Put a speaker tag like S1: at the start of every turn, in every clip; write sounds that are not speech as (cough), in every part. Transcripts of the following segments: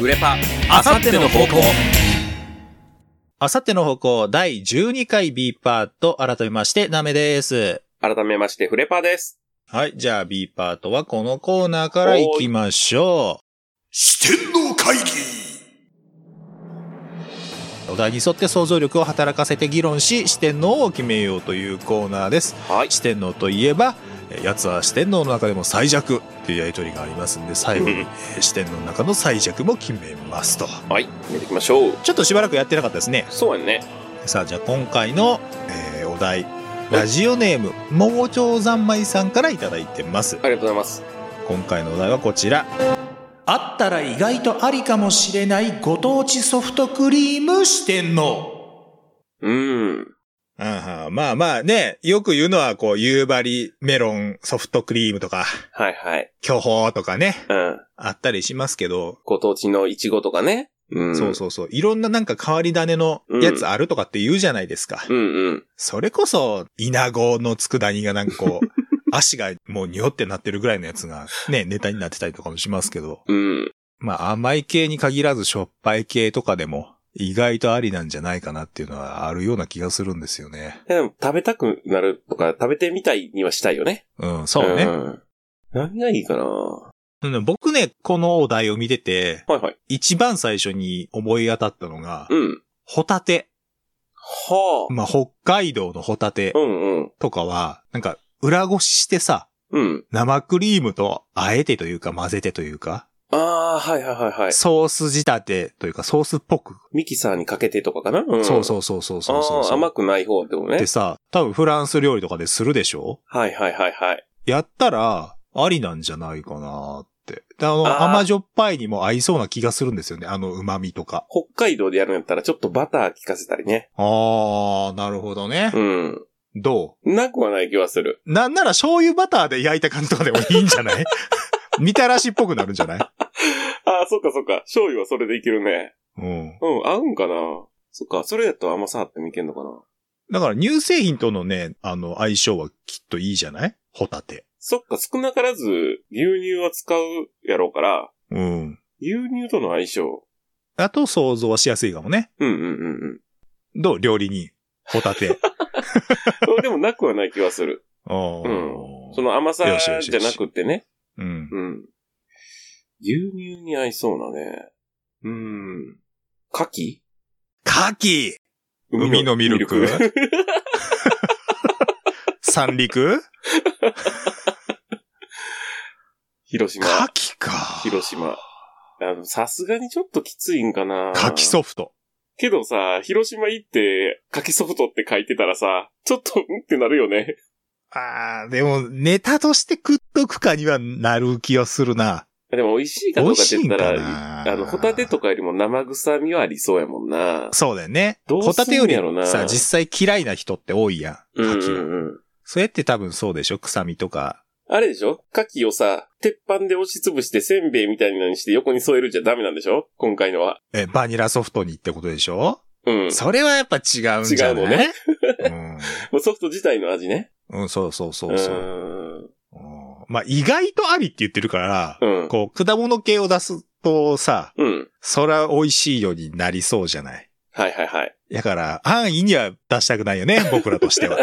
S1: 売れパ
S2: あさっての方向。あさっての方向、第12回 B パート、改めまして、ナメです。
S1: 改めましてフレパです
S2: はい、じゃあ B パートはこのコーナーから行きましょ
S3: 四天王会議
S2: う。お題に沿って想像力を働かせて議論し、四天王を決めようというコーナーです。
S1: はい
S2: 四天王といえば、えー奴は四天王の中でも最弱っていうやりとりがありますんで、最後にえー四天王の中の最弱も決めますと。
S1: (laughs) はい見ていきましょう
S2: ちょっとしばらくやってなかったですね。
S1: そうやね
S2: さあじゃあ今回の、えーお題ラジオネーム盲腸三昧さんからいただいてま
S1: あ
S2: す
S1: りがとうございます
S2: 今回のお題はこちらあったら意外とありかもしれないご当地ソフトクリーム四天王
S1: うーん
S2: あまあまあね、よく言うのはこう、夕張メロンソフトクリームとか、
S1: はいはい
S2: 巨峰とかね、
S1: うん
S2: あったりしますけど、
S1: ご当地のイチゴとかねうん
S2: そうそうそう、いろんななんか変わり種のやつあるとかって言うじゃないですか。
S1: うんうん
S2: それこそ、イナゴの佃煮がなんかこう、 (laughs) 足がもう匂ってなってるぐらいのやつがね、ネタになってたりとかもしますけど、
S1: うん
S2: まあ甘い系に限らずしょっぱい系とかでも意外とありなんじゃないかなっていうのはあるような気がするんですよね。
S1: でも食べたくなるとか食べてみたいにはしたいよね
S2: うん、そうね。
S1: ん何がいいかなは
S2: うん僕ね、このお題を見てて、
S1: いはい
S2: 一番最初に思い当たったのが、
S1: うん
S2: ホタテ。
S1: はあ
S2: まあ北海道のホタテ
S1: うんうん
S2: とかは、なんか裏ごししてさ、
S1: うん
S2: 生クリームとあえてというか混ぜてというか、
S1: ああーはいはいはいはい
S2: ソース仕立てというかソースっぽく。
S1: ミキサーにかけてとかかな、うん、
S2: そう
S1: う
S2: そうそうそうそうそう
S1: あー甘くない方ってことね
S2: で。さ、多分フランス料理とかでするでしょ
S1: はいはいはいはい。
S2: やったら、ありなんじゃないかなって。であの、
S1: あー
S2: 甘じょっぱいにも合いそうな気がするんですよね。あの旨味とか。
S1: 北海道でやるんやったらちょっとバター効かせたりね。
S2: あー、なるほどね
S1: う。ん。
S2: ど
S1: なくはない気はする。
S2: うなんなら醤油バターで焼いた感じとかでもいいんじ
S1: (laughs)
S2: ゃないみたらしっぽくなるんじゃない
S1: ああ、そっかそっか。醤油はそれでいけるね。
S2: うん。
S1: うん、合うんかな。そっか、それだと甘さあってもいけんのかな。
S2: だから乳製品とのね、あの、相性はきっといいじゃないホタテ。
S1: そっか、少なからず牛乳は使うやろうから、
S2: うん。
S1: 牛乳との相性。
S2: あと想像はしやすいかもね。
S1: うんうんうんうん
S2: どう料理人。ホ
S1: (laughs)
S2: タテ。
S1: そう。でもなくはない気はする。
S2: おー
S1: その甘さ
S2: よしよし
S1: じ
S2: よ
S1: ゃ
S2: し
S1: なくってね。
S2: うん。
S1: うん。牛乳に合いそうなね。うん。牡蠣
S2: 牡蠣海のミルク (laughs) 三陸
S1: (laughs) 広島。
S2: 牡蠣か。
S1: 広島。あの、さすがにちょっときついんかな。
S2: 牡蠣ソフト。
S1: けどさ、広島行って、柿ソフトって書いてたらさ、ちょっと、うんってなるよね。
S2: あー、でもネタとして食っとくかにはなる気がするな。
S1: でも美味しいかどうかって言った
S2: 美味しい
S1: ら、
S2: んか
S1: あ
S2: な
S1: の、ホタテとかよりも生臭みはありそうやもんな。
S2: そうだよね。
S1: どうすん
S2: ホタテより
S1: やろな
S2: さ、実際嫌いな人って多いやん。
S1: うんう
S2: 牡蠣。
S1: んうん。
S2: それって多分そうでしょ臭みとか。
S1: あれでしょ牡蠣をさ、鉄板で押しつぶしてせんべいみたいなのにして横に添えるじゃダメなんでしょ今回のは。
S2: え、バニラソフトにってことでしょ、
S1: うん。
S2: それはやっぱ違うんじゃない
S1: 違うのね。もうソフト自体の味ね。
S2: うん。うん、そうそうそううそう。
S1: ん
S2: うんまあ、意外とありって言ってるから、
S1: うん。
S2: こう、果物系を出すとさ、
S1: うん。
S2: そら美味しいようになりそうじゃない。
S1: はいはいはい。
S2: だから、安易には出したくない
S1: (laughs)
S2: よね、僕らとしては。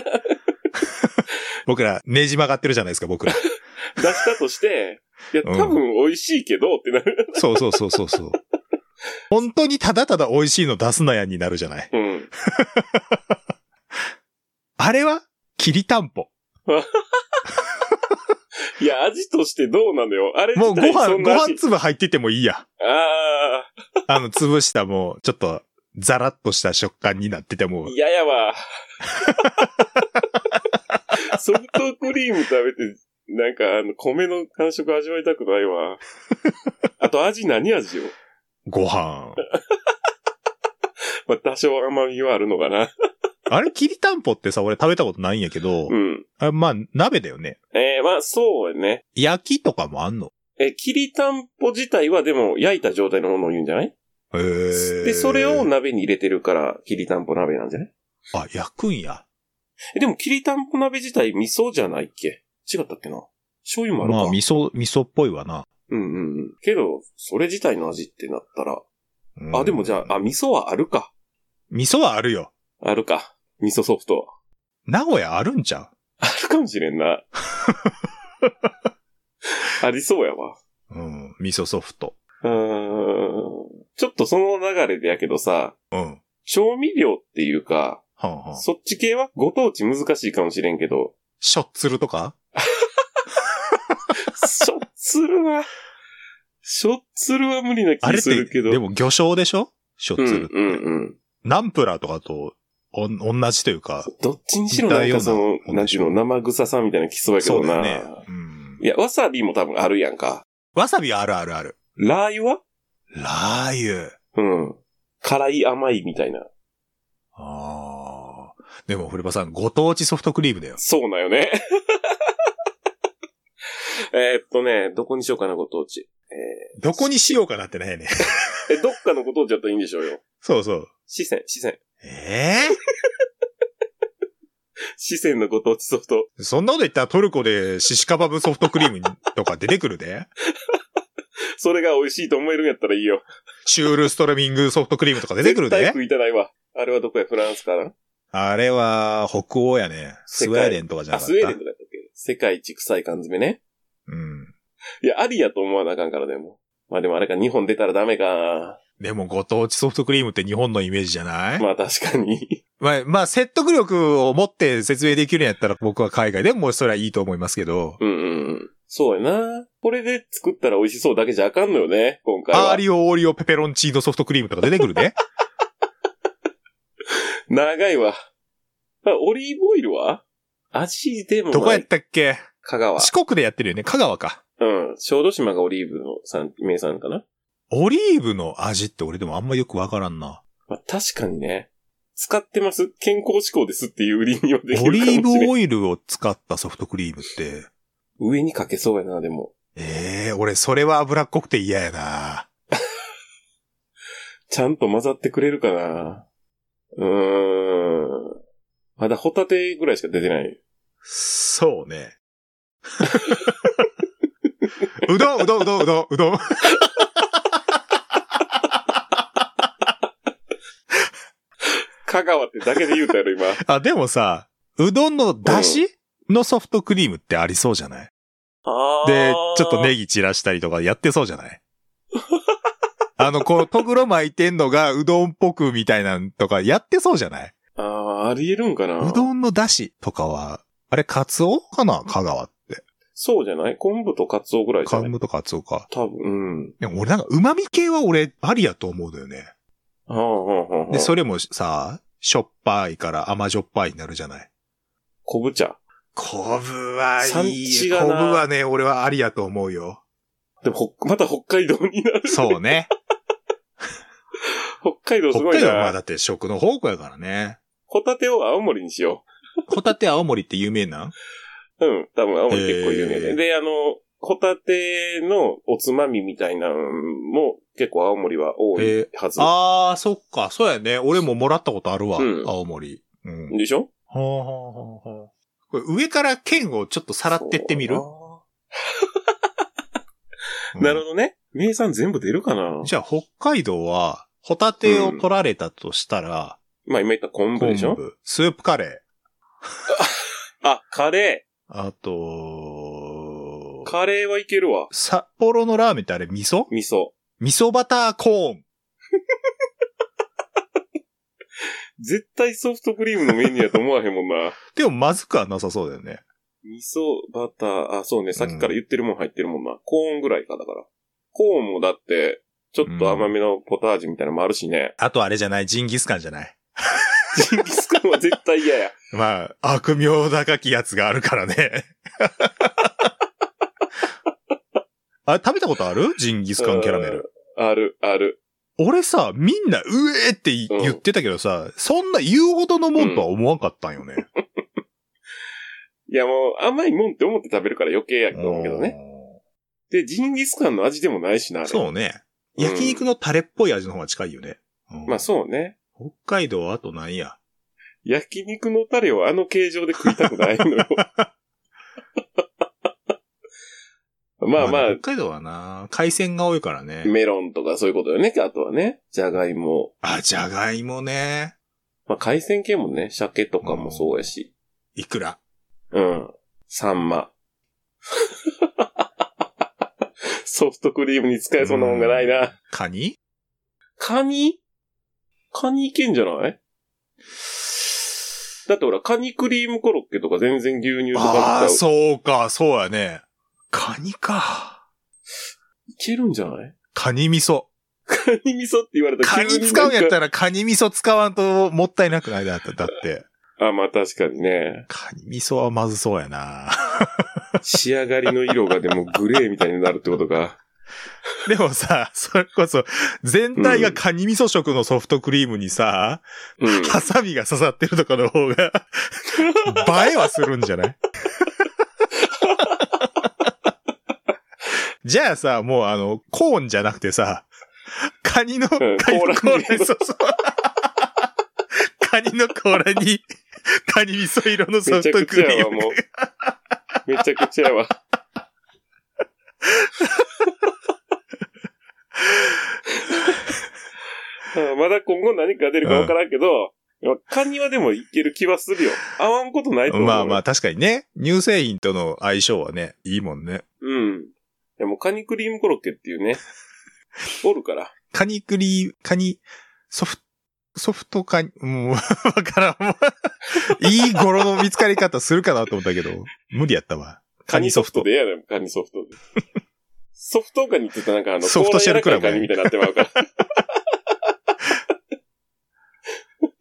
S2: 僕ら、ねじ曲がってるじゃないですか、僕ら。
S1: 出したとして、いや、
S2: うん
S1: 多分美味しいけどってなる。
S2: そうそうそうそうそう。本当にただただ美味しいの出すなやになるじゃない。
S1: うん。
S2: あれはきりたんぽ。
S1: いや、味としてどうなのよ。あれ
S2: も
S1: 自
S2: うご
S1: 体そ
S2: 飯、
S1: ん
S2: ご
S1: な味
S2: 飯粒入っててもいいや。
S1: あ
S2: あの、潰したもう、ちょっと、ザラッとした食感になってても
S1: あ、、嫌やわ。ソフトクリーム食べて、なんか、あの、米の感触味わいたくないわ。あと、味何味よ。
S2: ご飯。
S1: まあ、多少甘みはあるのかな。
S2: あれ、きりたんぽってさ、俺食べたことないんやけど、
S1: うん。
S2: あまあ、鍋だよね。
S1: えー、まあ、そうやね。
S2: 焼きとかもあんの
S1: え、きりたんぽ自体はでも、焼いた状態のものを言うんじゃない
S2: へー
S1: で、それを鍋に入れてるから、きりたんぽ鍋なんじゃない
S2: あ、焼くんや。
S1: え、でも、きりたんぽ鍋自体味噌じゃないっけ違ったっけな醤油もあるか。
S2: まあ、味噌、味噌っぽいわな。
S1: うんうんうん。けど、それ自体の味ってなったら、
S2: うん
S1: あ、でもじゃあ、あ、味噌はあるか。
S2: 味噌はあるよ。
S1: あるか。味噌ソフトは。
S2: 名古屋あるんちゃ
S1: あるかもしれん
S2: (laughs)
S1: な。ありそうやわ。
S2: ううん。味噌ソフト。
S1: うーん。ちょっとその流れでやけどさ、
S2: うん。は
S1: 調味料っていうか、
S2: んはん。
S1: そっち系はご当地難しいかもしれんけ
S2: (laughs)
S1: ど、
S2: しょっつるとか
S1: しょっつるは、しょっつるは無理な
S2: あ
S1: 気
S2: れっ
S1: す
S2: て、
S1: るけど。
S2: でも魚醤でしょしょっつ
S1: うん、
S2: るって。
S1: うん、うん。
S2: ナンプラーとかとおん同じというか、
S1: どっちにしろなんかそ
S2: 似た
S1: の
S2: よう、な
S1: なんていうの、生臭さみたいな基礎やけど
S2: そうだ
S1: な。
S2: よね。うん
S1: い。や、わさびも多分あるやんか。
S2: わさびあるあるある。
S1: ラー油は
S2: ラー油。
S1: うん。辛い甘いみたいな。
S2: ああ。でも、古場さん、ご当地ソフトクリームだよ。
S1: そうなよね。 (laughs) えーっとね、どこにしようかな、ご当地。
S2: どこにしようかなってないね。
S1: え、どっかのご当地だったらいいんでしょうよ。
S2: (laughs) そうそう。
S1: 四川、四川。
S2: え
S1: 四川のご当地ソフト。
S2: えそんなこと言ったらトルコでシシカバブソフトクリームとか出てくる (laughs) で。
S1: それが美味しいと思えるんやったらいいよ。
S2: シュールストレミングソフトクリームとか出てくる
S1: 絶対
S2: で。
S1: 食いたないわ。あれはどこや、フランスかな
S2: あれは、北欧やね。ス
S1: 世
S2: ウ
S1: 界
S2: ェーデンとかじゃ
S1: あ、
S2: なかった。
S1: スウェーデンとかやったっけ世界一臭い缶詰ね。
S2: うん。
S1: いや、ありやと思わなあかんからでも。まあでもあれか、日本出たらダメか。
S2: でも、ご当地ソフトクリームって日本のイメージじゃない、
S1: まあ確かに。
S2: まあ、まあ、説得力を持って説明できるんやったら僕は海外でもそれはいいと思いますけど。
S1: うんうんうん。そうやな。これで作ったら美味しそうだけじゃあかんのよね、今回
S2: アー
S1: は。
S2: リオ、オーリオ、ペペロンチーノソフトクリームとか出てく
S1: (laughs)
S2: るね。
S1: 長いわ。あオリーブオイルは味でもない。
S2: どこやったっけ
S1: 香川。
S2: 四国でやってるよね。香川か。
S1: うん。小豆島がオリーブの産名産かな。
S2: オリーブの味って俺でもあんまよくわからんな。
S1: まあ、確かにね。使ってます健康志向ですっていう売りにはできるか
S2: オ
S1: もしれない。
S2: リーブオイルを使ったソフトクリームって、
S1: 上にかけそうやな、でも。
S2: ええ俺それは脂っこくて嫌やな。
S1: ちゃんと混ざってくれるかな。うーん。まだホタテぐらいしか出てない。
S2: そ
S1: (laughs)
S2: うね。うどん、うどん、うどん、うどん、うどん。
S1: 香川ってだけで言うたやろ、今。
S2: あ、でもさ、うどんの出汁のソフトクリームってありそうじゃないで、ちょっとネギ散らしたりとかやってそうじゃない (laughs) あの、こう、とぐろ巻いてんのがうどんっぽくみたいなんとかやってそうじゃない
S1: ああ、ありえるんかな。
S2: うどんの出汁とかは、あれ、カツオかな香川って。
S1: そうじゃない昆布とカツオぐらいじゃ
S2: カ
S1: ない
S2: ムとカツオか。
S1: 多分、うん。
S2: でも俺なんか、旨味系は俺、ありやと思うんだよね。
S1: はあはあはあはあ。
S2: で、それもさ、しょっぱいから甘じょっぱいになるじゃない
S1: 昆布茶。
S2: 昆布はい
S1: 産
S2: い。
S1: 地が
S2: 昆
S1: な
S2: 布はね、俺はありやと思
S1: (laughs)
S2: うよ。
S1: でも、ほっまた北海道になる。 (laughs)
S2: そうね。
S1: 北海道す
S2: 北
S1: ごい
S2: 海道はまあ
S1: な。
S2: だって食の宝庫やからね。
S1: ホタテを青森にしよ
S2: ホタテ青森って有名なん
S1: う。うん。多分青森結構有名
S2: へ
S1: で。
S2: ー
S1: で、あの、ホタテのおつまみみたいなのも結構青森は多いはず。
S2: あー、そっか。そうやね。俺ももらったことあるわ。
S1: うん
S2: 青森。うん。
S1: でしょ
S2: はあはあはあはあこれ上から剣をちょっとさらってってみる
S1: そうななるほどね。名産全部出るかな
S2: うんじゃあ、北海道は、ホタテを取られたとしたら、
S1: まあ今言った昆布
S2: 昆
S1: でしょ
S2: 布、スープカレ
S1: あ、カレ
S2: ー、あ
S1: ー。
S2: と、
S1: カレーはいけるわ。
S2: 札幌のラーメンってあれ味噌
S1: 味噌。
S2: 味噌バターコーン。
S1: 絶対ソフトクリームのメニューやと思わへんもんな。 (laughs)
S2: でもまずくはなさそうだよね。
S1: 味噌、バター、あ、そうね、さっきから言ってるもん入ってるもんな。コーンぐらいか、だから。コーンもだって、ちょっと甘めのポタージュみたいなのもあるしね。
S2: あとあれじゃない、ジンギスカンじゃない。
S1: (laughs) ジンギスカンは絶対嫌や。
S2: まあ、悪名高きやつがあるか
S1: (laughs)
S2: らね。あれ食べたことあるジンギスカンキャラメル。
S1: ある、ある。
S2: 俺さ、みんな、うえーってい
S1: うん
S2: 言ってたけどさ、そんな言うほどのもんとは思わんかったんよね。
S1: いやもう、甘いもんって思って食べるから余計やと (laughs) 思うけどね。で、ジンギスカンの味でもないしな、あ
S2: うん
S1: れ。
S2: そうね。
S1: うん
S2: 焼肉のタレっぽい味の方が近いよね。うん
S1: まあそうね。
S2: 北海道はあとなんや。
S1: 焼肉のタレをあ (laughs) の形状で食いたくないのよ。まあまあ、
S2: 北海道はな、海鮮が多いからね。
S1: メロンとかそういうことよね。あとはね、じゃがいも。
S2: あ、じゃがいもね。
S1: まあ、海鮮系もね、鮭とかもそうやし。
S2: いくら。
S1: うん。サンマ。 (laughs) ソフトクリームに使えそうなもんがないな。
S2: カニ
S1: カニカニいけんじゃないだってほら、カニクリームコロッケとか全然牛乳と
S2: あ
S1: か
S2: あ、
S1: 使う。
S2: そうか、そうやね。カニか。
S1: いけるんじゃない
S2: カニ味噌。
S1: カニ味噌って言われた
S2: (laughs) カニ使うんやった
S1: ら。
S2: らカニ味噌使わんともったいなくないだって。だって。
S1: あ、まあ確かにね。
S2: カニ味噌はまずそうや (laughs) な。
S1: 仕上がりの色がでもグレーみたいになるってことか。
S2: でもさ、それこそ、全体がカニ味噌色のソフトクリームにさ、
S1: うん。
S2: ハサミが刺さってるとかの方が、映えはするんじ
S1: (laughs)
S2: ゃないじゃあさ、もうあの、コーンじゃなくてさ、カニの、カニの
S1: 甲羅に
S2: 甲羅にそうそうカニの甲羅に、カニ味噌色のソ
S1: めち
S2: フ
S1: ゃ
S2: ト
S1: く
S2: ク
S1: ち
S2: リ
S1: ゃや
S2: ー
S1: わ、
S2: ム。
S1: もう。めちゃくちゃや
S2: (laughs)
S1: わ。うんまだ今後何か出るか分からんけど、まあカニはでもいける気はするよ。合わんことないと思う。
S2: まあまあ。確かにね、乳製品との相性はね、いいもんね。
S1: うん。でもうカニクリームコロッケっていうね。おるから。
S2: カニクリー、カニ、ソフト、ソフトカニ、もう、わ (laughs) からん。もういい語呂の見つかり方するかなと思ったけど、無理やったわ。
S1: カニソフトでええやねん、カニソフトで。ソフトカニって言ったらなんかあの、
S2: ソフトシェルクラブ
S1: 甲羅柔らかいカニみたいになってまうから。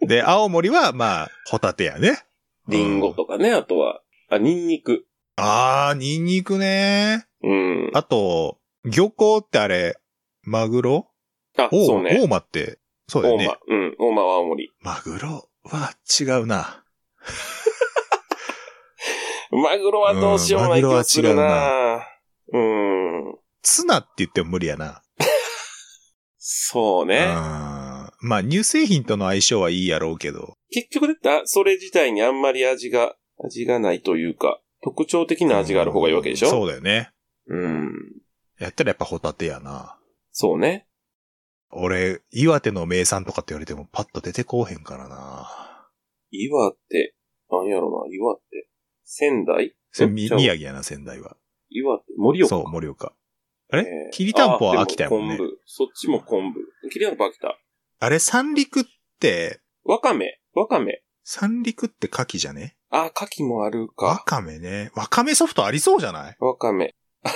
S2: で、青森は、まあ、ホタテやね。
S1: リンゴ
S2: うん。
S1: とかね、あとは。あ、ニンニク。
S2: あー、ニンニクね。
S1: うん。
S2: あと、漁港ってあれ、マグロ
S1: あ、
S2: お
S1: そうね。
S2: 大間って、そうだ
S1: 大
S2: よ
S1: 間、
S2: ね。
S1: うん。大間は青森。
S2: マグロは違うな。
S1: マグロはどうしようもない気がするなうん。
S2: ツナって言っても無理やな。
S1: そう
S2: う
S1: ね。
S2: ん。まあ、乳製品との相性はいいやろうけど。
S1: 結局だってあ、それ自体にあんまり味が、味がないというか、特徴的な味がある方がいいわけでしょ
S2: そうだよね。
S1: うん。
S2: やったらやっぱホタテやな。
S1: そうね。
S2: 俺、岩手の名産とかって言われてもパッと出てこうへんからな。
S1: 岩手。なんやろな、岩手。仙台
S2: それ
S1: え
S2: み
S1: ちゃう
S2: 宮城やな、仙台は。
S1: 岩手。盛岡。
S2: そう、盛岡。あ
S1: え
S2: れ、
S1: ー
S2: きりたんぽは秋田
S1: あ
S2: や
S1: で
S2: もんね
S1: 昆。布。そっちも昆布。きりたんぽ秋田。
S2: あれ、三陸って、
S1: わかめ。わかめ。
S2: 三陸って牡蠣じゃね
S1: あ、牡蠣もある
S2: わ
S1: か。
S2: かめね。わかめソフトありそうじゃない
S1: わかめ。 (laughs)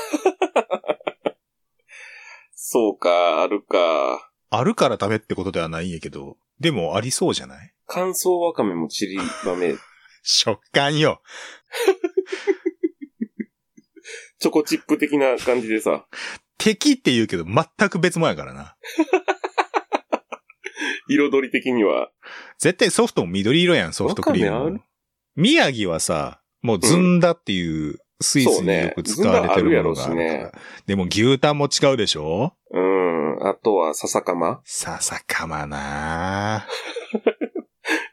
S1: そうか、あるか。
S2: あるからダメってことではないんやけど、でもありそうじゃない
S1: 乾燥わかめもちりば
S2: (laughs)
S1: め、
S2: 食感よ。
S1: チョコチップ的な感じでさ、
S2: 敵って言うけど全く別もんやからな。
S1: 彩り的には。
S2: 絶対ソフトも緑色やん、ソフトクリーム
S1: わかめあ
S2: も。宮城はさ、もうずんだっていうスイスによく使われてるものがある
S1: そうねずんだあるや
S2: か
S1: ろ
S2: ら。でも牛タンも違うでしょ
S1: うん。あとは、笹かま。
S2: 笹かまな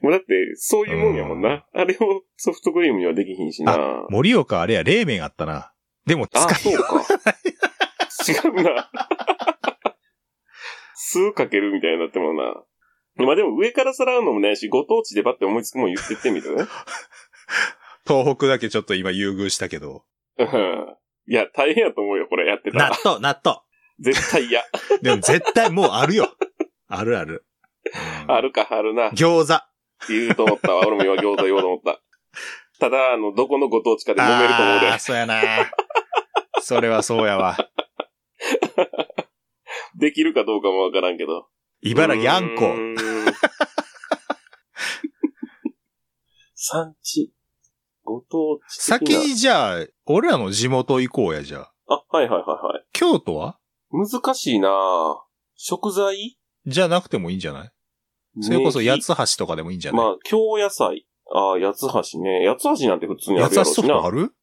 S1: もうだって、そういうもんやもんな。あれをソフトクリームにはできひんしな。あ、
S2: 盛岡あれや冷麺あったな。でも使い
S1: そう
S2: よ
S1: か。 (laughs) 違うな。数かけるみたいになってもな。まあでも上からさらうのもないし、ご当地でばって思いつくもん言ってってみる (laughs)
S2: 東北だけちょっと今優遇した
S1: (laughs)
S2: けど。
S1: うんいや、大変やと思うよ、これやってたら
S2: 納。豆、納豆。
S1: 絶対嫌。
S2: でも絶対もうあるよ。あるある。うん
S1: あ。るか、あるな。
S2: 餃子。
S1: 言うと思ったわ。俺も今餃子言おうと思った。ただ、あの、どこのご当地かで揉めると思う
S2: あー
S1: で。
S2: そうやなそれはそうやわ。
S1: できるかどうかもわからんけど。
S2: 茨城あんこ
S1: う。
S2: (laughs)
S1: ーん。産地。ご当地的
S2: 先
S1: な。
S2: にじゃあ、俺らの地元行こうや、じゃあ。
S1: あ、はいはいはい
S2: 京都は
S1: はい。難しいなぁ食材
S2: じゃなくてもいいんじゃないそれこそ
S1: ネギ
S2: 八つ橋とかでもいいんじゃない、
S1: まあ、京野菜。ああ、八つ橋ね。八つ橋なんて普通にあ
S2: 八
S1: るやろ
S2: つ
S1: う
S2: 橋
S1: し
S2: とかあ
S1: な。
S2: る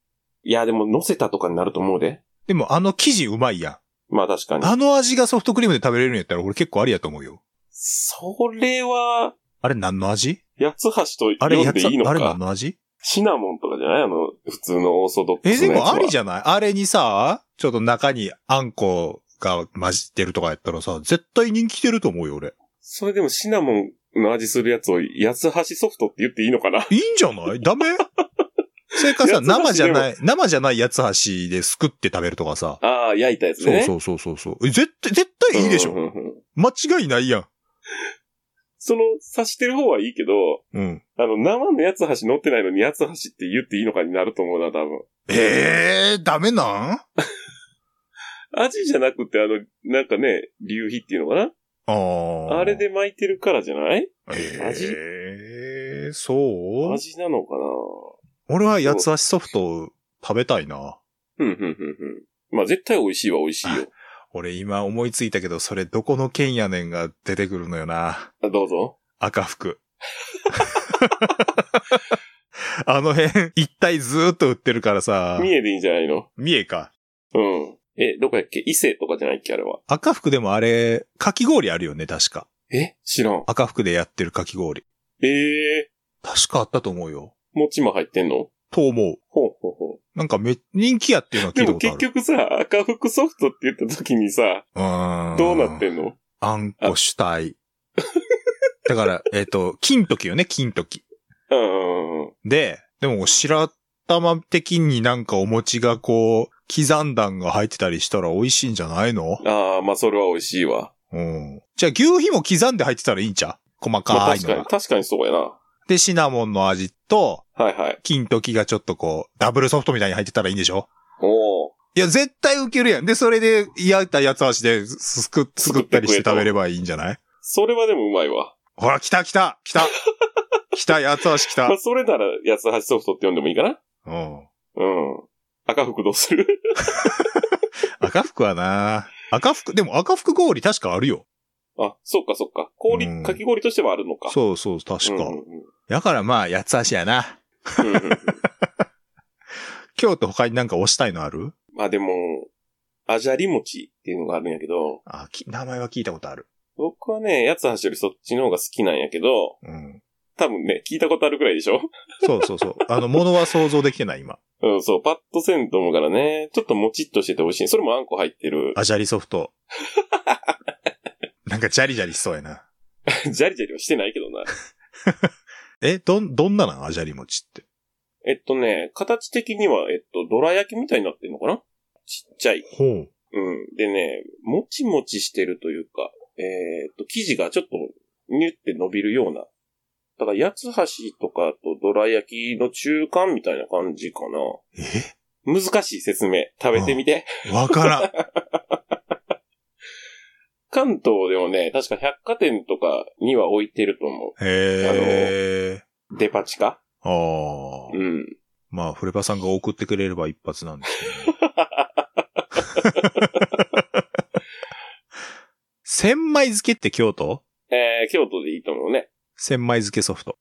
S1: いや、でも乗せたとかになると思うで。
S2: でもあの生地うまいやん。
S1: まあ確かに。
S2: あの味がソフトクリームで食べれるんやったら俺結構ありやと思うよ。
S1: それは、
S2: あれ何の味
S1: 八つ橋と
S2: あれ
S1: 読ん
S2: 八つ
S1: でいいのか。
S2: 橋、あれ何の味
S1: シナモンとかじゃないあの、普通のオーソドック
S2: え、
S1: ス
S2: で
S1: のやつ
S2: も
S1: は。
S2: ありじ
S1: ゃ
S2: ゃないあれにさ、ちょっと中にあんこが混じってるとかやったらさ、絶対人気出ると思うよ、俺。
S1: それでもシナモンの味するやつを安橋ソフトって言っていいのかない
S2: いんじゃないダメ
S1: (laughs)
S2: それからさ、
S1: 八つ橋でも
S2: 生じゃない、生じゃない八つ橋ですくって食べるとかさ。
S1: ああ、焼いたやつ
S2: そう
S1: ね。う
S2: そうそうそうそう。え絶対、絶対いいでし
S1: んう
S2: ょ。
S1: んうん
S2: 間違いないやん。
S1: その、刺してる方はいいけど、
S2: うん。
S1: あの、生の八つ橋乗ってないのに八つ橋って言っていいのかになると思うな、多分。
S2: ええー、ダメなん
S1: 味じゃなくて、あの、なんかね、流費っていうのかな
S2: ああ。
S1: あれ。で巻いてるからじゃない味
S2: ええー、そう
S1: 味なのかな
S2: 俺は八つ橋ソフト食べたいな。
S1: ふんふんふんふん。まあ、絶対美味しいは美味しいよ。
S2: 俺今思いついたけど、それどこの県やねんが出てくるのよな。
S1: あどうぞ。(laughs)
S2: 赤服。あの辺、一体ずーっと売ってるからさ。
S1: 三重でいいんじゃないの
S2: 三重か。
S1: うん。え、どこやっけ伊勢とかじゃないっけあれは。
S2: 赤服でもあれ、かき氷あるよね、確か。
S1: え知らん。
S2: 赤服でやってるかき氷。
S1: ええ
S2: 確かあったと思うよ。
S1: ー、餅も入ってんの
S2: と思う。
S1: ほうほうほ
S2: なんかめ、人気やっていうのは
S1: う。で
S2: 聞いた
S1: も
S2: ことあ
S1: 結
S2: る。
S1: 局さ、赤福ソフトって言った時にさ、
S2: うーん
S1: どうなってんの
S2: あんこ主体。 (laughs) だから、えっ、と、金時よね、金時。
S1: うんうんうん。
S2: で、でも白玉的になんかお餅がこう、刻んだんが入ってたりしたら美味しいんじゃないの
S1: ああ、まあそれは美味しいわ。
S2: うん。じゃあ牛皮も刻んで入ってたらいいんちゃう細
S1: まあ
S2: かい
S1: 確か
S2: の
S1: に、
S2: が。
S1: 確かにそうやな。
S2: で、シナモンの味と、
S1: はいはい。
S2: 金時がちょっとこう、ダブルソフトみたいに入ってたらいいんでしょ
S1: おお。
S2: いや、絶対ウケるやん。で、それで、焼いたやつ足ですすく、作ったりして食べればいいんじゃない
S1: それはでもうまいわ。
S2: ほら、来た来た来た
S1: (laughs)
S2: 来た、やつ足来た
S1: まあ、。それなら、八つ橋ソフトって呼んでもいいかな
S2: うん。
S1: うん。赤服どうする (laughs)
S2: 赤服はな赤服、でも赤服氷確かあるよ。
S1: あ、そっかそっか。氷、
S2: うん
S1: かき氷としてはあるのか。
S2: そうそう、確か。
S1: うん
S2: だからまあ、八つ足やな。
S1: うんうんうんうん
S2: 京都他になんか押したいのある
S1: まあでも、あじゃり餅っていうのがあるんやけど、
S2: あ、き名前は聞いたことある。
S1: 僕はね、八つ橋よりそっちの方が好きなんやけど、
S2: うん。
S1: 多分ね、聞いたことあるくらいでしょ (laughs)
S2: そうそうそう。あの、物は想像できてない、今。
S1: うん、そう、パッとせんと思うからね、ちょっともちっとしてて美味しい。それもあんこ入ってる。 (laughs)
S2: あ、ジャリソフト。なんか、ジャリジャリしそうやな。
S1: じゃりじゃりはしてないけどな。
S2: え、どん、どんななんあ、ジャリ餅って。
S1: えっとね、形的には、えっと、どら焼きみたいになってんのかなちっちゃい。
S2: ほう。
S1: うん。でね、もちもちしてるというか、えーっと、生地がちょっと、ニュって伸びるような。だから、八つ橋とかとどら焼きの中間みたいな感じかな。
S2: え
S1: 難しい説明。食べてみて。
S2: わからん。
S1: 関東でもね、確か百貨店とかには置いてると思
S2: へえ。
S1: う。デパ地下
S2: ああ。
S1: うん。
S2: まあ、フレパさんが送ってくれれば一発なんですけど、 (laughs) ね。千枚漬けって京都
S1: えー、京都でいいと思うね。
S2: 千枚漬けソフト。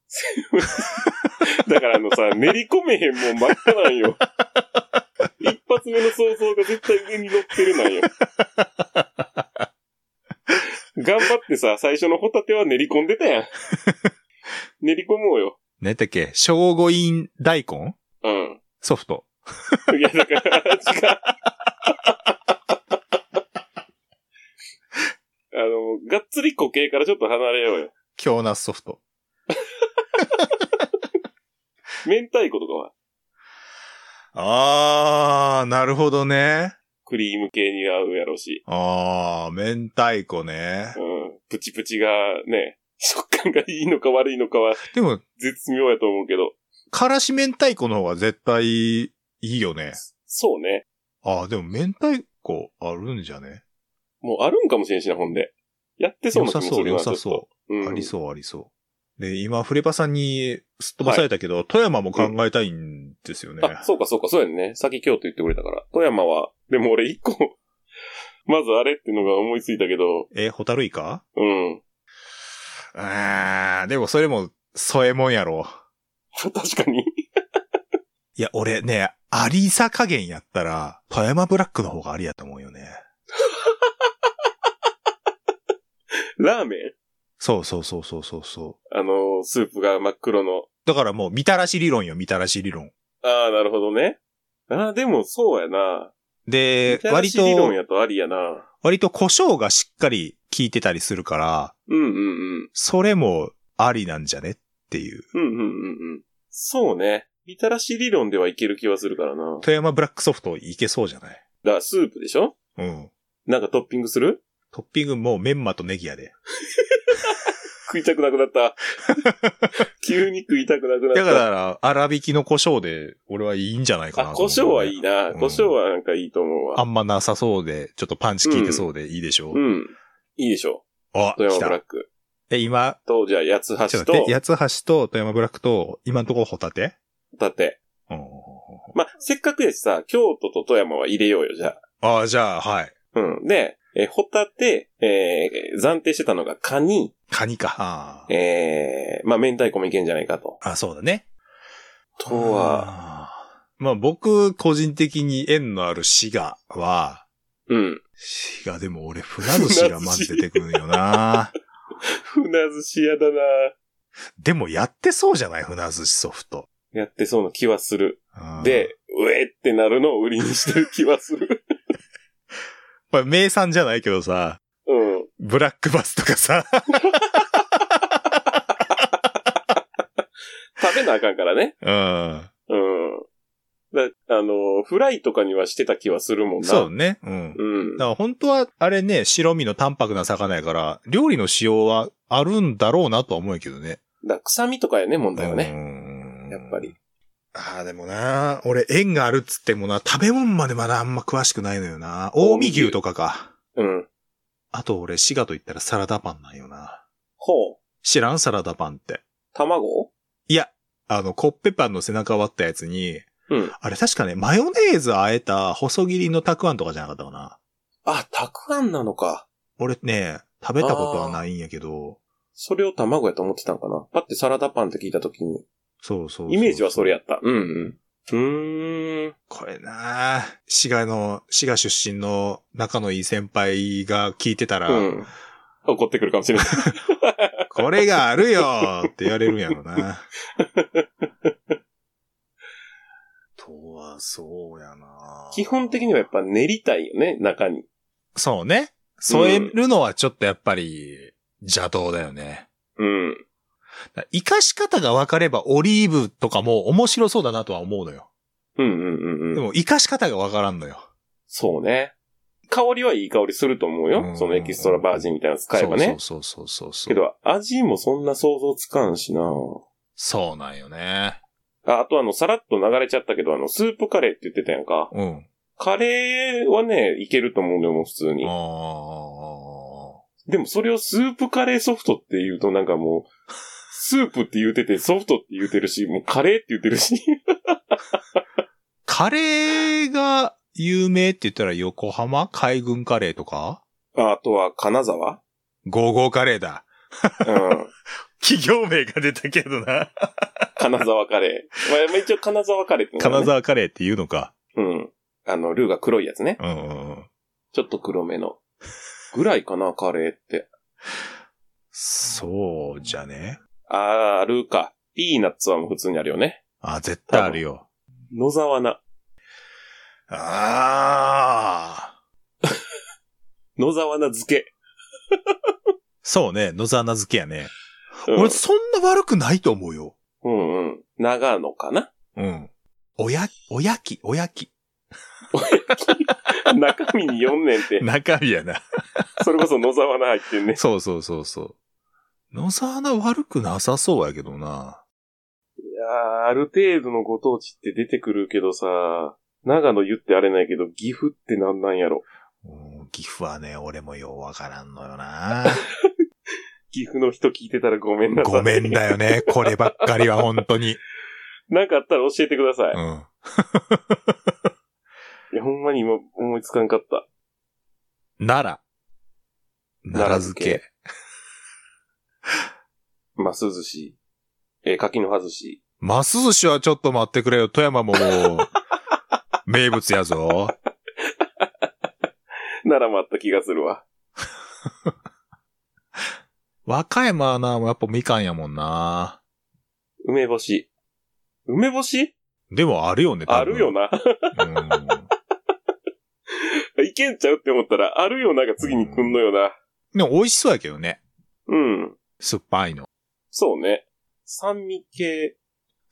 S1: だからあのさ、練り込めへんもん真っ赤なんよ。一発目の想像が絶対上に乗ってるなんよ。頑張ってさ、最初のホタテは練り込んでたやん。練り込もうよ。
S2: 何やったっけ聖護院大根
S1: う
S2: ソフト。
S1: ん。いや、だから、違う。 (laughs) あの、がっつり固形からちょっと離れようよ。
S2: 京ナスソフト。
S1: 明太子とかは、
S2: あー、なるほどね。
S1: クリーム系に合うやろうし、
S2: あー、明太子ね
S1: う。ん。プチプチがね、食感がいいのか悪いのかは
S2: でも、
S1: 絶妙やと思うけど。
S2: からし明太子の方が絶対いいよね。
S1: そうね。
S2: あー、でも明太子あるんじゃね
S1: もうあるんかもしれんしな、ほんで。やってそうな
S2: 良
S1: 気
S2: さ
S1: もす
S2: そう、
S1: るな、
S2: 良さそう。
S1: う。うん、
S2: ありそう、ありそう。で、今、フレパさんにすっ飛ばされたけど、富山も考えたいんですよね。
S1: あ、そうか、そうか、そうやんね。先京都言ってくれたから。富山は、でも俺一個、 (laughs) まずあれっていうのが思いついたけど、
S2: え、ホタルイカ
S1: うん。 (laughs)
S2: あー、でもそれも、添えもんやろ。
S1: 確かに。
S2: いや、俺ね、アリサ加減やったら、富山ブラックの方がありやと思うよね。
S1: ラーメン
S2: そうそうそうそうそうそ
S1: あの、スープが真っ黒の。
S2: だからもう、みたらし理論よ、みたらし理論。
S1: ああ、なるほどね。ああ、でもそうやな。
S2: で、
S1: 割
S2: 割
S1: と。理論
S2: と、
S1: やとありやな。
S2: 割と胡椒がしっかり効いてたりするから、
S1: うんうんうん。
S2: それもありなんじゃねっていう。
S1: うんうんうんうん。そうね。みたらし理論ではいける気はするからな。
S2: 富山ブラックソフトいけそうじゃない
S1: だからスープでしょ
S2: うん。
S1: なんかトッピングする
S2: トッピングもうメンマとネギやで。
S1: 食いたくなくな
S2: (laughs)
S1: った。急に食いたくなくなった。
S2: だから、粗挽きの胡椒で、俺はいいんじゃないかな
S1: あ、
S2: と
S1: 胡
S2: 思うね、
S1: 椒はいいな。
S2: うん
S1: 胡椒はなんかいいと思う
S2: あ
S1: わ。
S2: んまなさそうで、ちょっとパンチ効いてそうでいいでしょ
S1: う。ん。いいでしょ
S2: あ、
S1: う。富
S2: 来
S1: 山ブラッ
S2: た。
S1: ク。
S2: え、今、
S1: と、じゃあ、八つ
S2: ちょ
S1: 橋
S2: っと待っ
S1: と
S2: て、、八橋と富山ブラックと、今のところホタテ
S1: ホタテ。
S2: うん。
S1: まあ、せっかくやしさ、京都と富山は入れようよ、じゃあ。
S2: ああ、じゃあ、はい。
S1: うん。で、えーホタテ、えー暫定してたのがカニ、
S2: カニか。あー
S1: えーまあ、明太子もいけんじゃないかと。
S2: あ、そうだね。
S1: とは、
S2: あー。まあ僕、個人的に縁のある滋賀は、
S1: うん。
S2: 滋賀でも俺、船寿司がまず出てくるんよな。
S1: 船寿司屋だな
S2: でもやってそうじゃない船寿司ソフト。
S1: やってそうな気はする。
S2: うん、
S1: で、うえってなるのを売りにしてる気はする。
S2: まあ名産じゃないけどさ、
S1: うん。
S2: ブラックバスと
S1: (laughs)
S2: かさ、
S1: 食べなあかんからね。
S2: うん。
S1: うん。だあの、フライとかにはしてた気はするもんな。
S2: そう。ね。うん。
S1: うん
S2: だ。から本当は、あれね、白身の淡白な魚やから、料理の仕様はあるんだろうなとは思うけどね。
S1: だ臭みとかやね、問題はね。
S2: ね
S1: やっぱり。。
S2: ああ、でもな、俺縁があるっつってもな、食べ物までまだあんま詳しくないのよな。近江牛とかか。
S1: うん。
S2: あと俺、滋賀と言ったらサラダパンなんよな。
S1: ほう。
S2: 知らんサラダパンって。
S1: 卵
S2: いや、あの、コッペパンの背中割ったやつに、
S1: うん
S2: あれ確かね、マヨネーズ和えた細切りのたくあんとかじゃなかったかな。
S1: あ、たくあんなのか。
S2: 俺ね、食べたことはないんやけど、
S1: それを卵やと思ってたんかな。だってサラダパンって聞いたときに。
S2: そうそうそう
S1: イメージはそれやった。うんうん。うーん。
S2: これな滋賀の、滋賀出身の仲のいい先輩が聞いてたら、
S1: うん。怒ってくるかもしれない。
S2: (laughs) これがあるよって言われるんや
S1: (laughs)
S2: ろな。とは、そうやな
S1: 基本的にはやっぱ練りたいよね、中に。
S2: そうね。添えるのはちょっとやっぱり邪道だよね。
S1: うん。
S2: だ生かし方が分かればオリーブとかも面白そうだなとは思うのよ。
S1: うんうんうん
S2: で
S1: うん。
S2: も生かし方が分からんのよ。
S1: そうね。香りはいい香りすると思う
S2: う
S1: よ。
S2: ん
S1: そのエキストラバージンみたいなの使えばね。
S2: そうそうそうそうそ
S1: け、
S2: う。
S1: ど、味もそんな想像つかんしな
S2: そうなんよね。
S1: あ、あとあの、さらっと流れちゃったけど、あの、スープカレーって言ってたやんか。
S2: うん。
S1: カレーはね、いけると思うのよ、普通に。
S2: あ
S1: でもそれをスープカレーソフトって言うとなんかもう、スープって言うてて、ソフトって言うてるし、もうカレーって言ってるし。 (laughs)
S2: ーカレーが有名って言ったら横浜海軍カレーとか
S1: ああとは金沢
S2: ゴーゴーカレーだ。 (laughs)
S1: うん。
S2: 企業名が出たけ
S1: (laughs)
S2: どな。
S1: 金沢カレー。まあまあ、一応金沢カレーって、
S2: 金。沢カレーって言うのか。
S1: うん。あの、ルーが黒いやつね。
S2: うんうんうん。
S1: ちょっと黒めの。ぐらいかな、カレーって。
S2: そうじゃね。
S1: あー、あるか。ピーナッツはもう普通にあるよね。
S2: あ、絶対あるよ。
S1: 野沢菜。
S2: ああ。
S1: 野沢菜漬け。
S2: そうね、野沢菜漬けやね。
S1: うん、
S2: 俺、そんな悪くないと思うよ。
S1: うんうん。長野かな (laughs)
S2: うん。おや、おやき、おやき。
S1: 中身に4年って、
S2: 中身やな。
S1: それこそ野沢菜入ってんね。
S2: (laughs) そうそうそうそう。野沢菜悪くなさそうやけどな。
S1: いやー、ある程度のご当地って出てくるけどさ、長野言ってあれないけど、岐阜ってなんなんやろ。
S2: うん岐阜はね、俺もようわからんのよな。
S1: 岐阜の人聞いてたら (laughs) ごめんなさい。
S2: ごめん。だよね。こればっかりは本当に。
S1: なんかあったら教えてください。
S2: うん。
S1: いや、ほんまに今思いつかんかった。
S2: 奈良。奈良漬
S1: 奈
S2: け。
S1: ます寿司。えー柿の葉寿司。
S2: ます寿司はちょっと待ってくれよ。富山も
S1: (laughs)
S2: もう、名物やぞ。
S1: ならもあった気がするわ。
S2: 和歌山はな、やっぱみかんやもんな。
S1: 梅干し。梅干し
S2: でもあるよね、多分
S1: あるよ。な。 (laughs)
S2: うん。
S1: いけんちゃうって思ったら、あるよなが次に来んのよな。
S2: でも美味しそうやけどね。
S1: うん。
S2: 酸っぱいの。
S1: そうね。酸味系。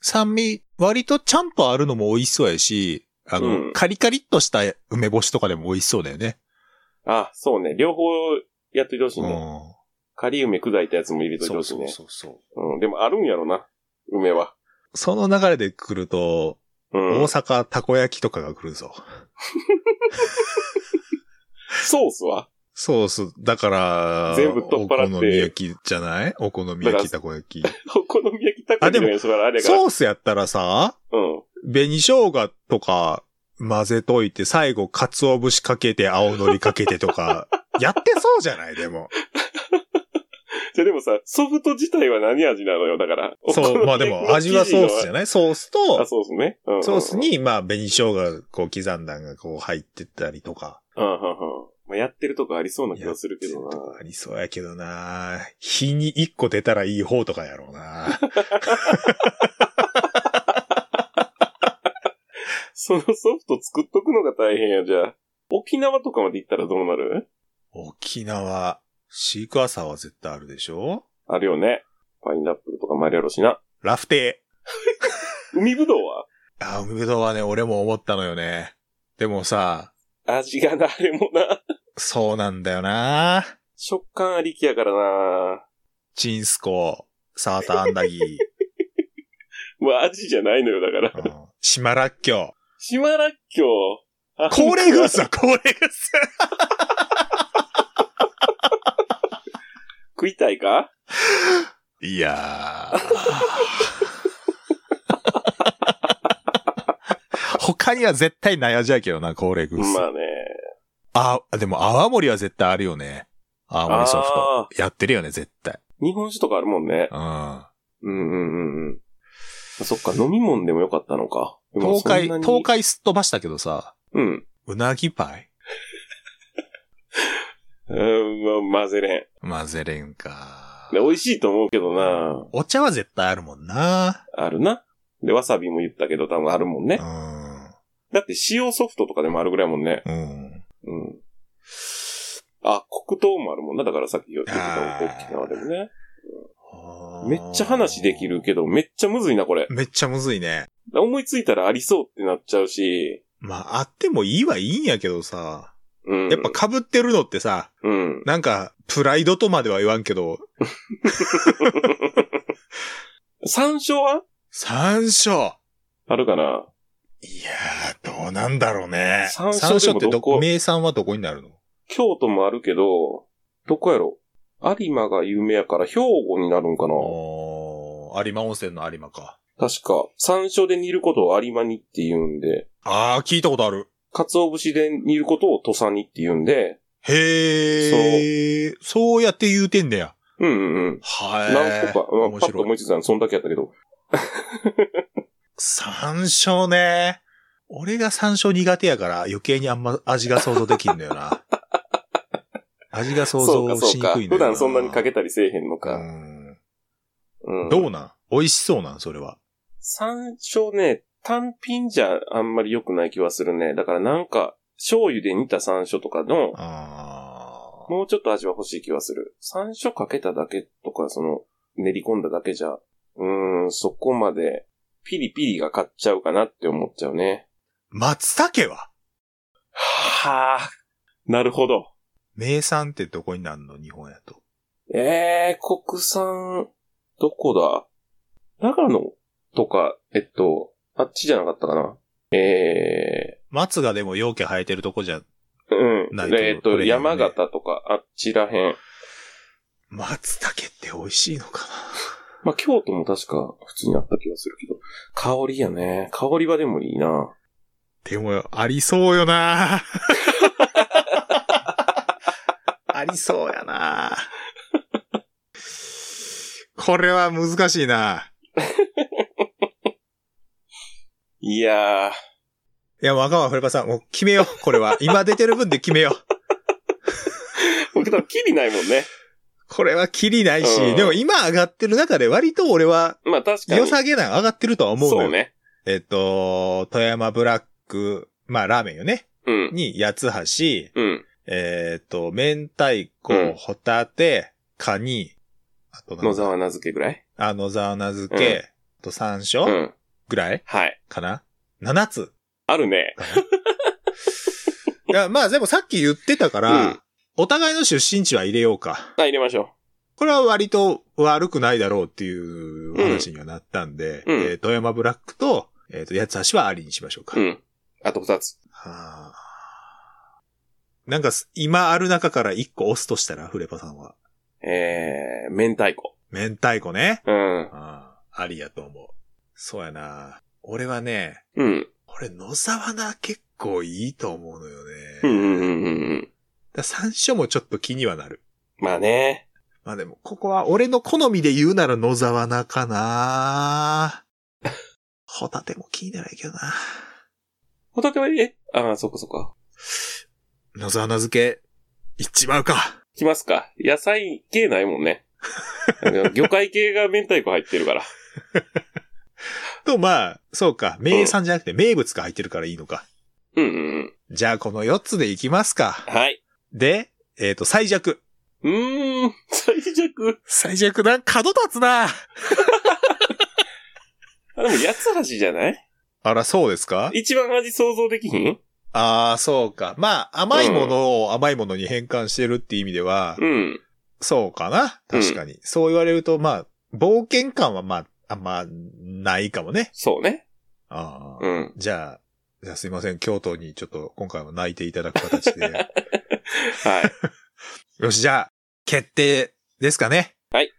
S2: 酸味、割とちゃんとあるのも美味しそうやし、あの、
S1: うん
S2: カリカリっとした梅干しとかでも美味しそうだよね。
S1: あ、そうね。両方やっといてほしいうね。
S2: ん。
S1: カリウメ砕いたやつも入れといて
S2: そ
S1: ほ
S2: う
S1: しい
S2: そう
S1: ね。
S2: そうそ
S1: うん。でもあるんやろな。梅は。
S2: う。その流れで来ると、
S1: うん。
S2: 大阪たこ焼きとかが来るぞ。
S1: ソースは
S2: ソース、だから、
S1: 全部取っ払って
S2: お好み焼きじゃないお好み焼きたこ焼き。
S1: お好み焼きたこみたいなやつからあれが。
S2: ソースやったらさ、
S1: うん。
S2: 紅生姜とか混ぜといて、最後、鰹節かけて、青のりかけてとか、やってそうじゃないでも。
S1: じゃあでもさ、ソフト自体は何味なのよ、だから。
S2: そう、まあでも、味はソースじゃ
S1: ん。
S2: ないソース
S1: あ、
S2: と、
S1: ソースね。うんうんうん
S2: ソース。に、まあ、紅生姜、こう、刻んだんが、こう、入ってたりとか。
S1: うんうんうん。まあやってるとこありそうな気がするけど
S2: やって
S1: な
S2: ると。かありそうやけどな日に一個出たらいい方とかやろう (laughs) な
S1: そのソフト作っとくのが大変や、じゃあ。沖縄とかまで行ったらどうなる
S2: 沖縄、シークワーサーは絶対あるでしょ
S1: あるよね。パイナップルとかもあるやろしな。
S2: ラフテ
S1: 海ぶどうは
S2: ー。あ、海ぶどうはね、俺も思ったのよね。でもさ、
S1: 味がな、あれもな。
S2: そうなんだよな
S1: 食感ありきやからな。
S2: チンスコ、サーターアンダギー、 (laughs)
S1: まあ味じゃないのよ、だから。
S2: うん、シマラッキョ。
S1: 島らっきょう。あ
S2: 高齢グッズは高齢グッズ
S1: 食いたいか
S2: いやー。 (laughs) 他には絶対ない味やけどな、高齢グッズ。
S1: まあね。
S2: あ、でも泡盛は絶対あるよね。泡盛ソフ
S1: あ
S2: ト。やってるよね、絶対。
S1: 日本酒とかあるもんね。
S2: うん。
S1: うんうんうんうん。そっか、飲み物でもよかったのか。でも
S2: 東
S1: そ
S2: 海、
S1: んなに
S2: 東。海すっ飛ばしたけどさ、
S1: うん。
S2: うなぎパイ
S1: うん、まあ、混ぜれん。
S2: 混ぜれんか。
S1: で美味しいと思うけどな。
S2: お茶は絶対あるもんな。
S1: あるな。で、わさびも言ったけど多分あるもんね
S2: う。ん。
S1: だって塩ソフトとかでもあるぐらいもんね。
S2: うん。
S1: うん。あ、黒糖もあるもんな。だからさっき言って
S2: あ
S1: た
S2: ー
S1: 沖縄でもね。めっちゃ話できる。けど、めっちゃむずいな、これ。
S2: めっちゃむずいね。
S1: 思いついたらありそうってなっちゃうし。
S2: まあ、あってもいいはいいんやけどさ。
S1: うん。
S2: やっぱ被ってるのってさ、
S1: うん。
S2: なんか、プライドとまでは言わんけど、
S1: 山椒は
S2: 山椒
S1: あるかない
S2: やー、どうなんだろうね。
S1: 山椒でも
S2: って
S1: どこ
S2: 名産はどこになるの
S1: 京都もあるけど、どこやろ有馬が有名やから兵庫になるんかな
S2: おー有馬温泉の有馬か。
S1: 確か、山椒で煮ることを有馬煮って言うんで、
S2: あー、聞いたことある。
S1: 鰹節で煮ることを土佐煮って言うんで、
S2: へー。そう。やって言うてんねや。
S1: うんうんうん。
S2: は
S1: 何個か、うん
S2: 面
S1: パッと
S2: 白
S1: 思
S2: い。
S1: いついたのそんだけやったけど。
S2: 山椒ね。俺が山椒苦手やから余計にあんま味が想像できんのよ (laughs) な。味が想
S1: そうか
S2: 像
S1: そ
S2: し
S1: う
S2: に
S1: か。
S2: くいのよな。
S1: 普段そんなにかけたりせえへんの
S2: う
S1: か。
S2: ん
S1: うん。
S2: どうなん美味しそうなんそれは。
S1: 山椒ね、単品じゃあんまり良くない気はするね。だからなんか、醤油で煮た山椒とかの、
S2: あー
S1: もうちょっと味は欲しい気はする。山椒かけただけとか、その、練り込んだだけじゃ、うーん、そこまで、ピリピリが勝っちゃうかなって思っちゃうね。
S2: 松茸は
S1: はあ、なるほど。
S2: 名産ってどこになるの日本やと。
S1: えー、国産、どこだ長野とか、えっと、あっちじゃなかったかな。え
S2: 松がでも陽気生えてるとこじゃ、
S1: ー、う
S2: ない
S1: ん。
S2: と
S1: えっと、
S2: 取れへんね
S1: 山形とか、あっちらへん。
S2: 松茸って美味しいのか
S1: まあ、京都も確か普通にあった気がするけど。香りやね。香りはでもいいな。
S2: なでも、ありそうよ
S1: (laughs)
S2: なありそうやなこれは難しいない
S1: やー。
S2: いや、若葉フレパさん、もう決めよう。これは。今出てる分で決めよう。
S1: (laughs) もうけど、キリないもんね。
S2: これはキリないし、
S1: うん
S2: でも今上がってる中で割と俺は
S1: まあ確かに。
S2: 良さげな上がってるとは思うのよ
S1: そうね。
S2: えっと、富山ブラック、まあラーメンよね。
S1: うん。
S2: に、八つ橋、
S1: うん。
S2: えっと、明太子、
S1: うん
S2: ホタテ、カニ、あとなん
S1: 野
S2: だ
S1: 沢名付けぐらい
S2: あ、野沢菜漬
S1: うん
S2: け、あと山
S1: う
S2: 椒
S1: ん。
S2: ぐらい
S1: はい。
S2: かな ?7 つ。
S1: あるね。
S2: いや、まあでもさっき言ってたから、
S1: うん
S2: お互いの出身地は入れようか。
S1: あ、入れましょ
S2: これは割と悪くないだろうっていうお話にはなったんで、
S1: うん
S2: えー富山ブラックと、えっ、と、八つ橋はありにしましょうか。
S1: う。うん。あと二つ。
S2: はあなんかす、今ある中から一個押すとしたら、フレパさんは。
S1: えー、明太子。
S2: 明太子ね。
S1: うん。
S2: ああありやと思う。そうやな。俺はね、
S1: うん。
S2: 俺、野沢菜結構いいと思うのよね。
S1: うん
S2: だか
S1: うんうんうんうん。
S2: ら山椒もちょっと気にはなる。
S1: まあね。
S2: まあでも、ここは俺の好みで言うなら野沢菜
S1: (laughs)
S2: かな。ホタテも気にならないけどな。
S1: ホタテはいいえああ、そっかそっか。
S2: 野沢菜漬け、いっちまうか。
S1: きますか。野菜系ないもんね。 (laughs) 魚介系が明太子入ってるから。
S2: と、まあ、そうか。名産じゃなくて名物が入ってるからいいのか。
S1: うんうんうん。
S2: じゃあ、この4つでいきますか。
S1: はい。
S2: で、えっ、と、最弱。
S1: うーん、最弱。
S2: 最弱な、角立つな。
S1: あ、でも、八つ橋じゃない
S2: あら、そうですか
S1: 一番味想像できひん
S2: ああ、そうか。まあ、甘いものを甘いものに変換してるって意味では、
S1: うん。
S2: そうかな。確かに。そう言われると、まあ、冒険感はまあ、あんまないかもね。
S1: そうね。
S2: ああ、
S1: うん。
S2: じゃあ、じゃあすいません。京都にちょっと今回は泣いていただく形で。
S1: はい。
S2: よし、じゃあ、決定ですかね。
S1: はい。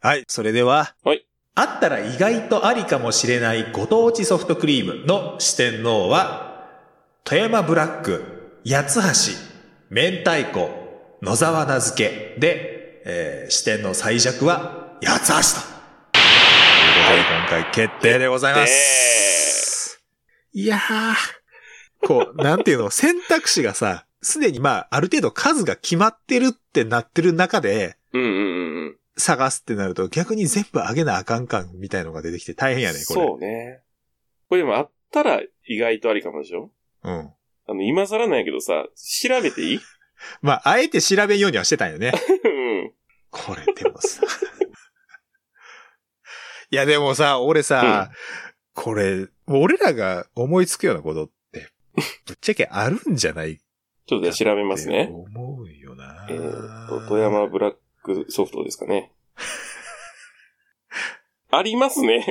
S2: はい、それでは。
S1: はい。
S2: あったら意外とありかもしれないご当地ソフトクリームの四天王は、富山ブラック、八つ橋、明太子、野沢菜漬けで、えー、四天王最弱は八つ橋と。ということで、今回決定でございます。いやー。こう、なんていうの、選択肢がさ、すでにまあ、ある程度数が決まってるってなってる中で、
S1: うんうんうんうん。
S2: 探すってなると逆に全部あげなあかん感みたいのが出てきて大変やね、これ。
S1: そうね。これでもあったら意外とありかもでしょ
S2: う。ん。
S1: あの、今更なんやけどさ、調べていい
S2: まあ、あえて調べんようにはしてたんよね。
S1: うん。
S2: これでもさ。 (laughs) いや、でもさ、俺さ、これ、俺らが思いつくようなことって、ぶっちゃけあるんじゃないって
S1: ちょっとじゃあ調べますね。
S2: 思うよな。
S1: えーと、富山ブラックソフトですかね。 (laughs) ありますね。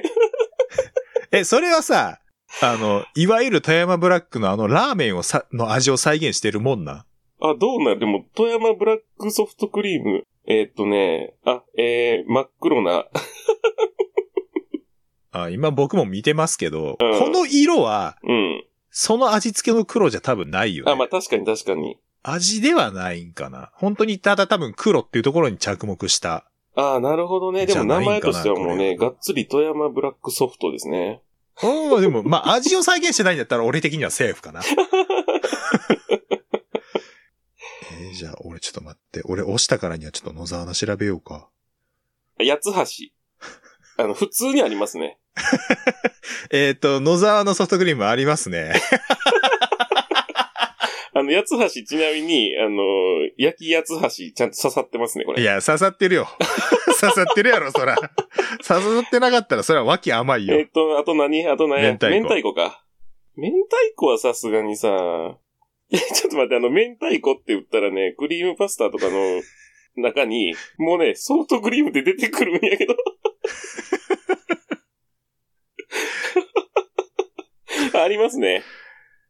S2: え、それはさ、あの、いわゆる富山ブラックのあのラーメンをさ、の味を再現してるもんな。
S1: あ、どうなるでも、富山ブラックソフトクリーム。えーっとね、あ、えー、真っ黒な。
S2: あ今僕も見てますけど、
S1: うん
S2: この色は、
S1: うん。
S2: その味付けの黒じゃ多分ないよ、ね。
S1: あ、まあ確かに確かに。
S2: 味ではないんかな。本当にただ多分黒っていうところに着
S1: (laughs)
S2: 目した。
S1: ああ、なるほどね。でも
S2: じゃ
S1: 名
S2: ないんか
S1: 前と
S2: な
S1: してはもうね、
S2: こ
S1: が
S2: れ
S1: っつり富山ブラックソフトですね。
S2: うん、でも、まあ、味を再現してないんだったら俺的にはセー
S1: (laughs)
S2: フかな。えーじゃあ、俺ちょっと待って。俺押したからにはちょっと野沢菜調べようか。
S1: 八つ
S2: (laughs)
S1: 橋。あの、普通にありますね。
S2: えっ、と、野沢のソフトクリームありますね。
S1: あの、八つ橋ちなみに、あの、焼き八つ橋ちゃんと刺さってますね、こ
S2: い
S1: れ。
S2: や、刺さって
S1: (laughs)
S2: るよ。刺さってるやろ、そら。刺さってなかったら、そら脇甘い
S1: えー
S2: よ
S1: っ。と、あと何あと何
S2: 明太子
S1: 明太子か。明太子はさすがにさ、いや、ちょっと待って、あの、明太子って言ったらね、クリームパスタとか
S2: (laughs)
S1: の中に、もうね、ソフトクリームって出てくるんやけ
S2: (laughs)
S1: ど。ありますね。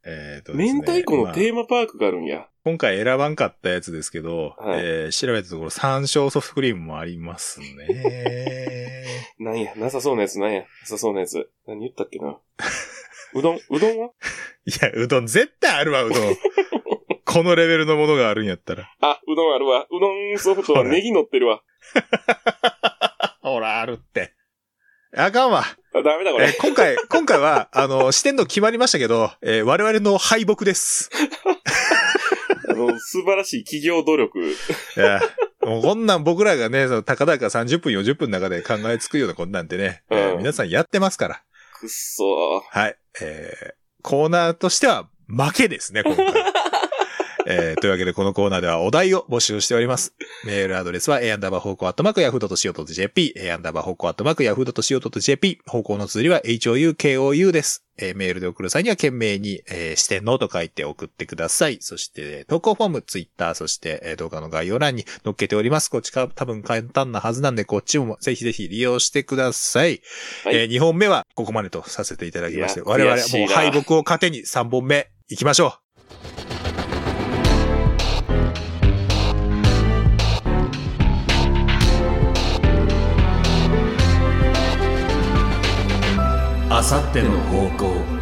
S2: えーとですね
S1: 明太子の
S2: まあ
S1: テーマパークがあるんや。
S2: 今回選ばんかったやつですけど、
S1: はい
S2: えー調べたところ、山椒ソフトクリームもあります
S1: (laughs)
S2: ね。
S1: なんや、なさそうなやつなんや。なさそうなやつ。何言ったっけ
S2: (laughs)
S1: な。うどん、うどんはい
S2: や、うどん絶対あるわ、う
S1: (laughs)
S2: どん。このレベルのものがあるんやったら。
S1: あ、うどんあるわ。うどんソフトはネギ乗ってるわ。
S2: ほら、あるって。あかんわ。
S1: あダメだこ
S2: え
S1: れ。
S2: ー今回、今回は、あの、視点の決まりましたけど、えー我々の敗北です。
S1: あの、素晴らしい企業努力。
S2: いや、もうこんなん僕らがね、その、たかだか30分、40分の中で考えつくようなこんなんてね、えー
S1: うん
S2: 皆さんやってますから。
S1: くっそ
S2: はい。えー、コーナーとしては負けですね、今回。えー、というわけでこのコーナーではお題を募集しております。メールアドレスは a アンダーバー方向アットマークヤフードとしおと .jp、a アンダーバー方向アットマークヤフードとしおと .jp、方向の綴りは houkou です。えー、メールで送る際には懸命に、えー、視点のと書いて送ってください。そして、えー投稿フォーム、ツイッター、そして、えー動画の概要欄に載っけております。こっちか多分簡単なはずなんで、こっちもぜひぜひ利用してください。
S1: はい
S2: えー、2本目はここまでとさせていただきまして、
S1: いや
S2: 我々
S1: 悔しい
S2: もう
S1: な
S2: 敗北を糧に3本目行きましょう。
S3: あさっての方向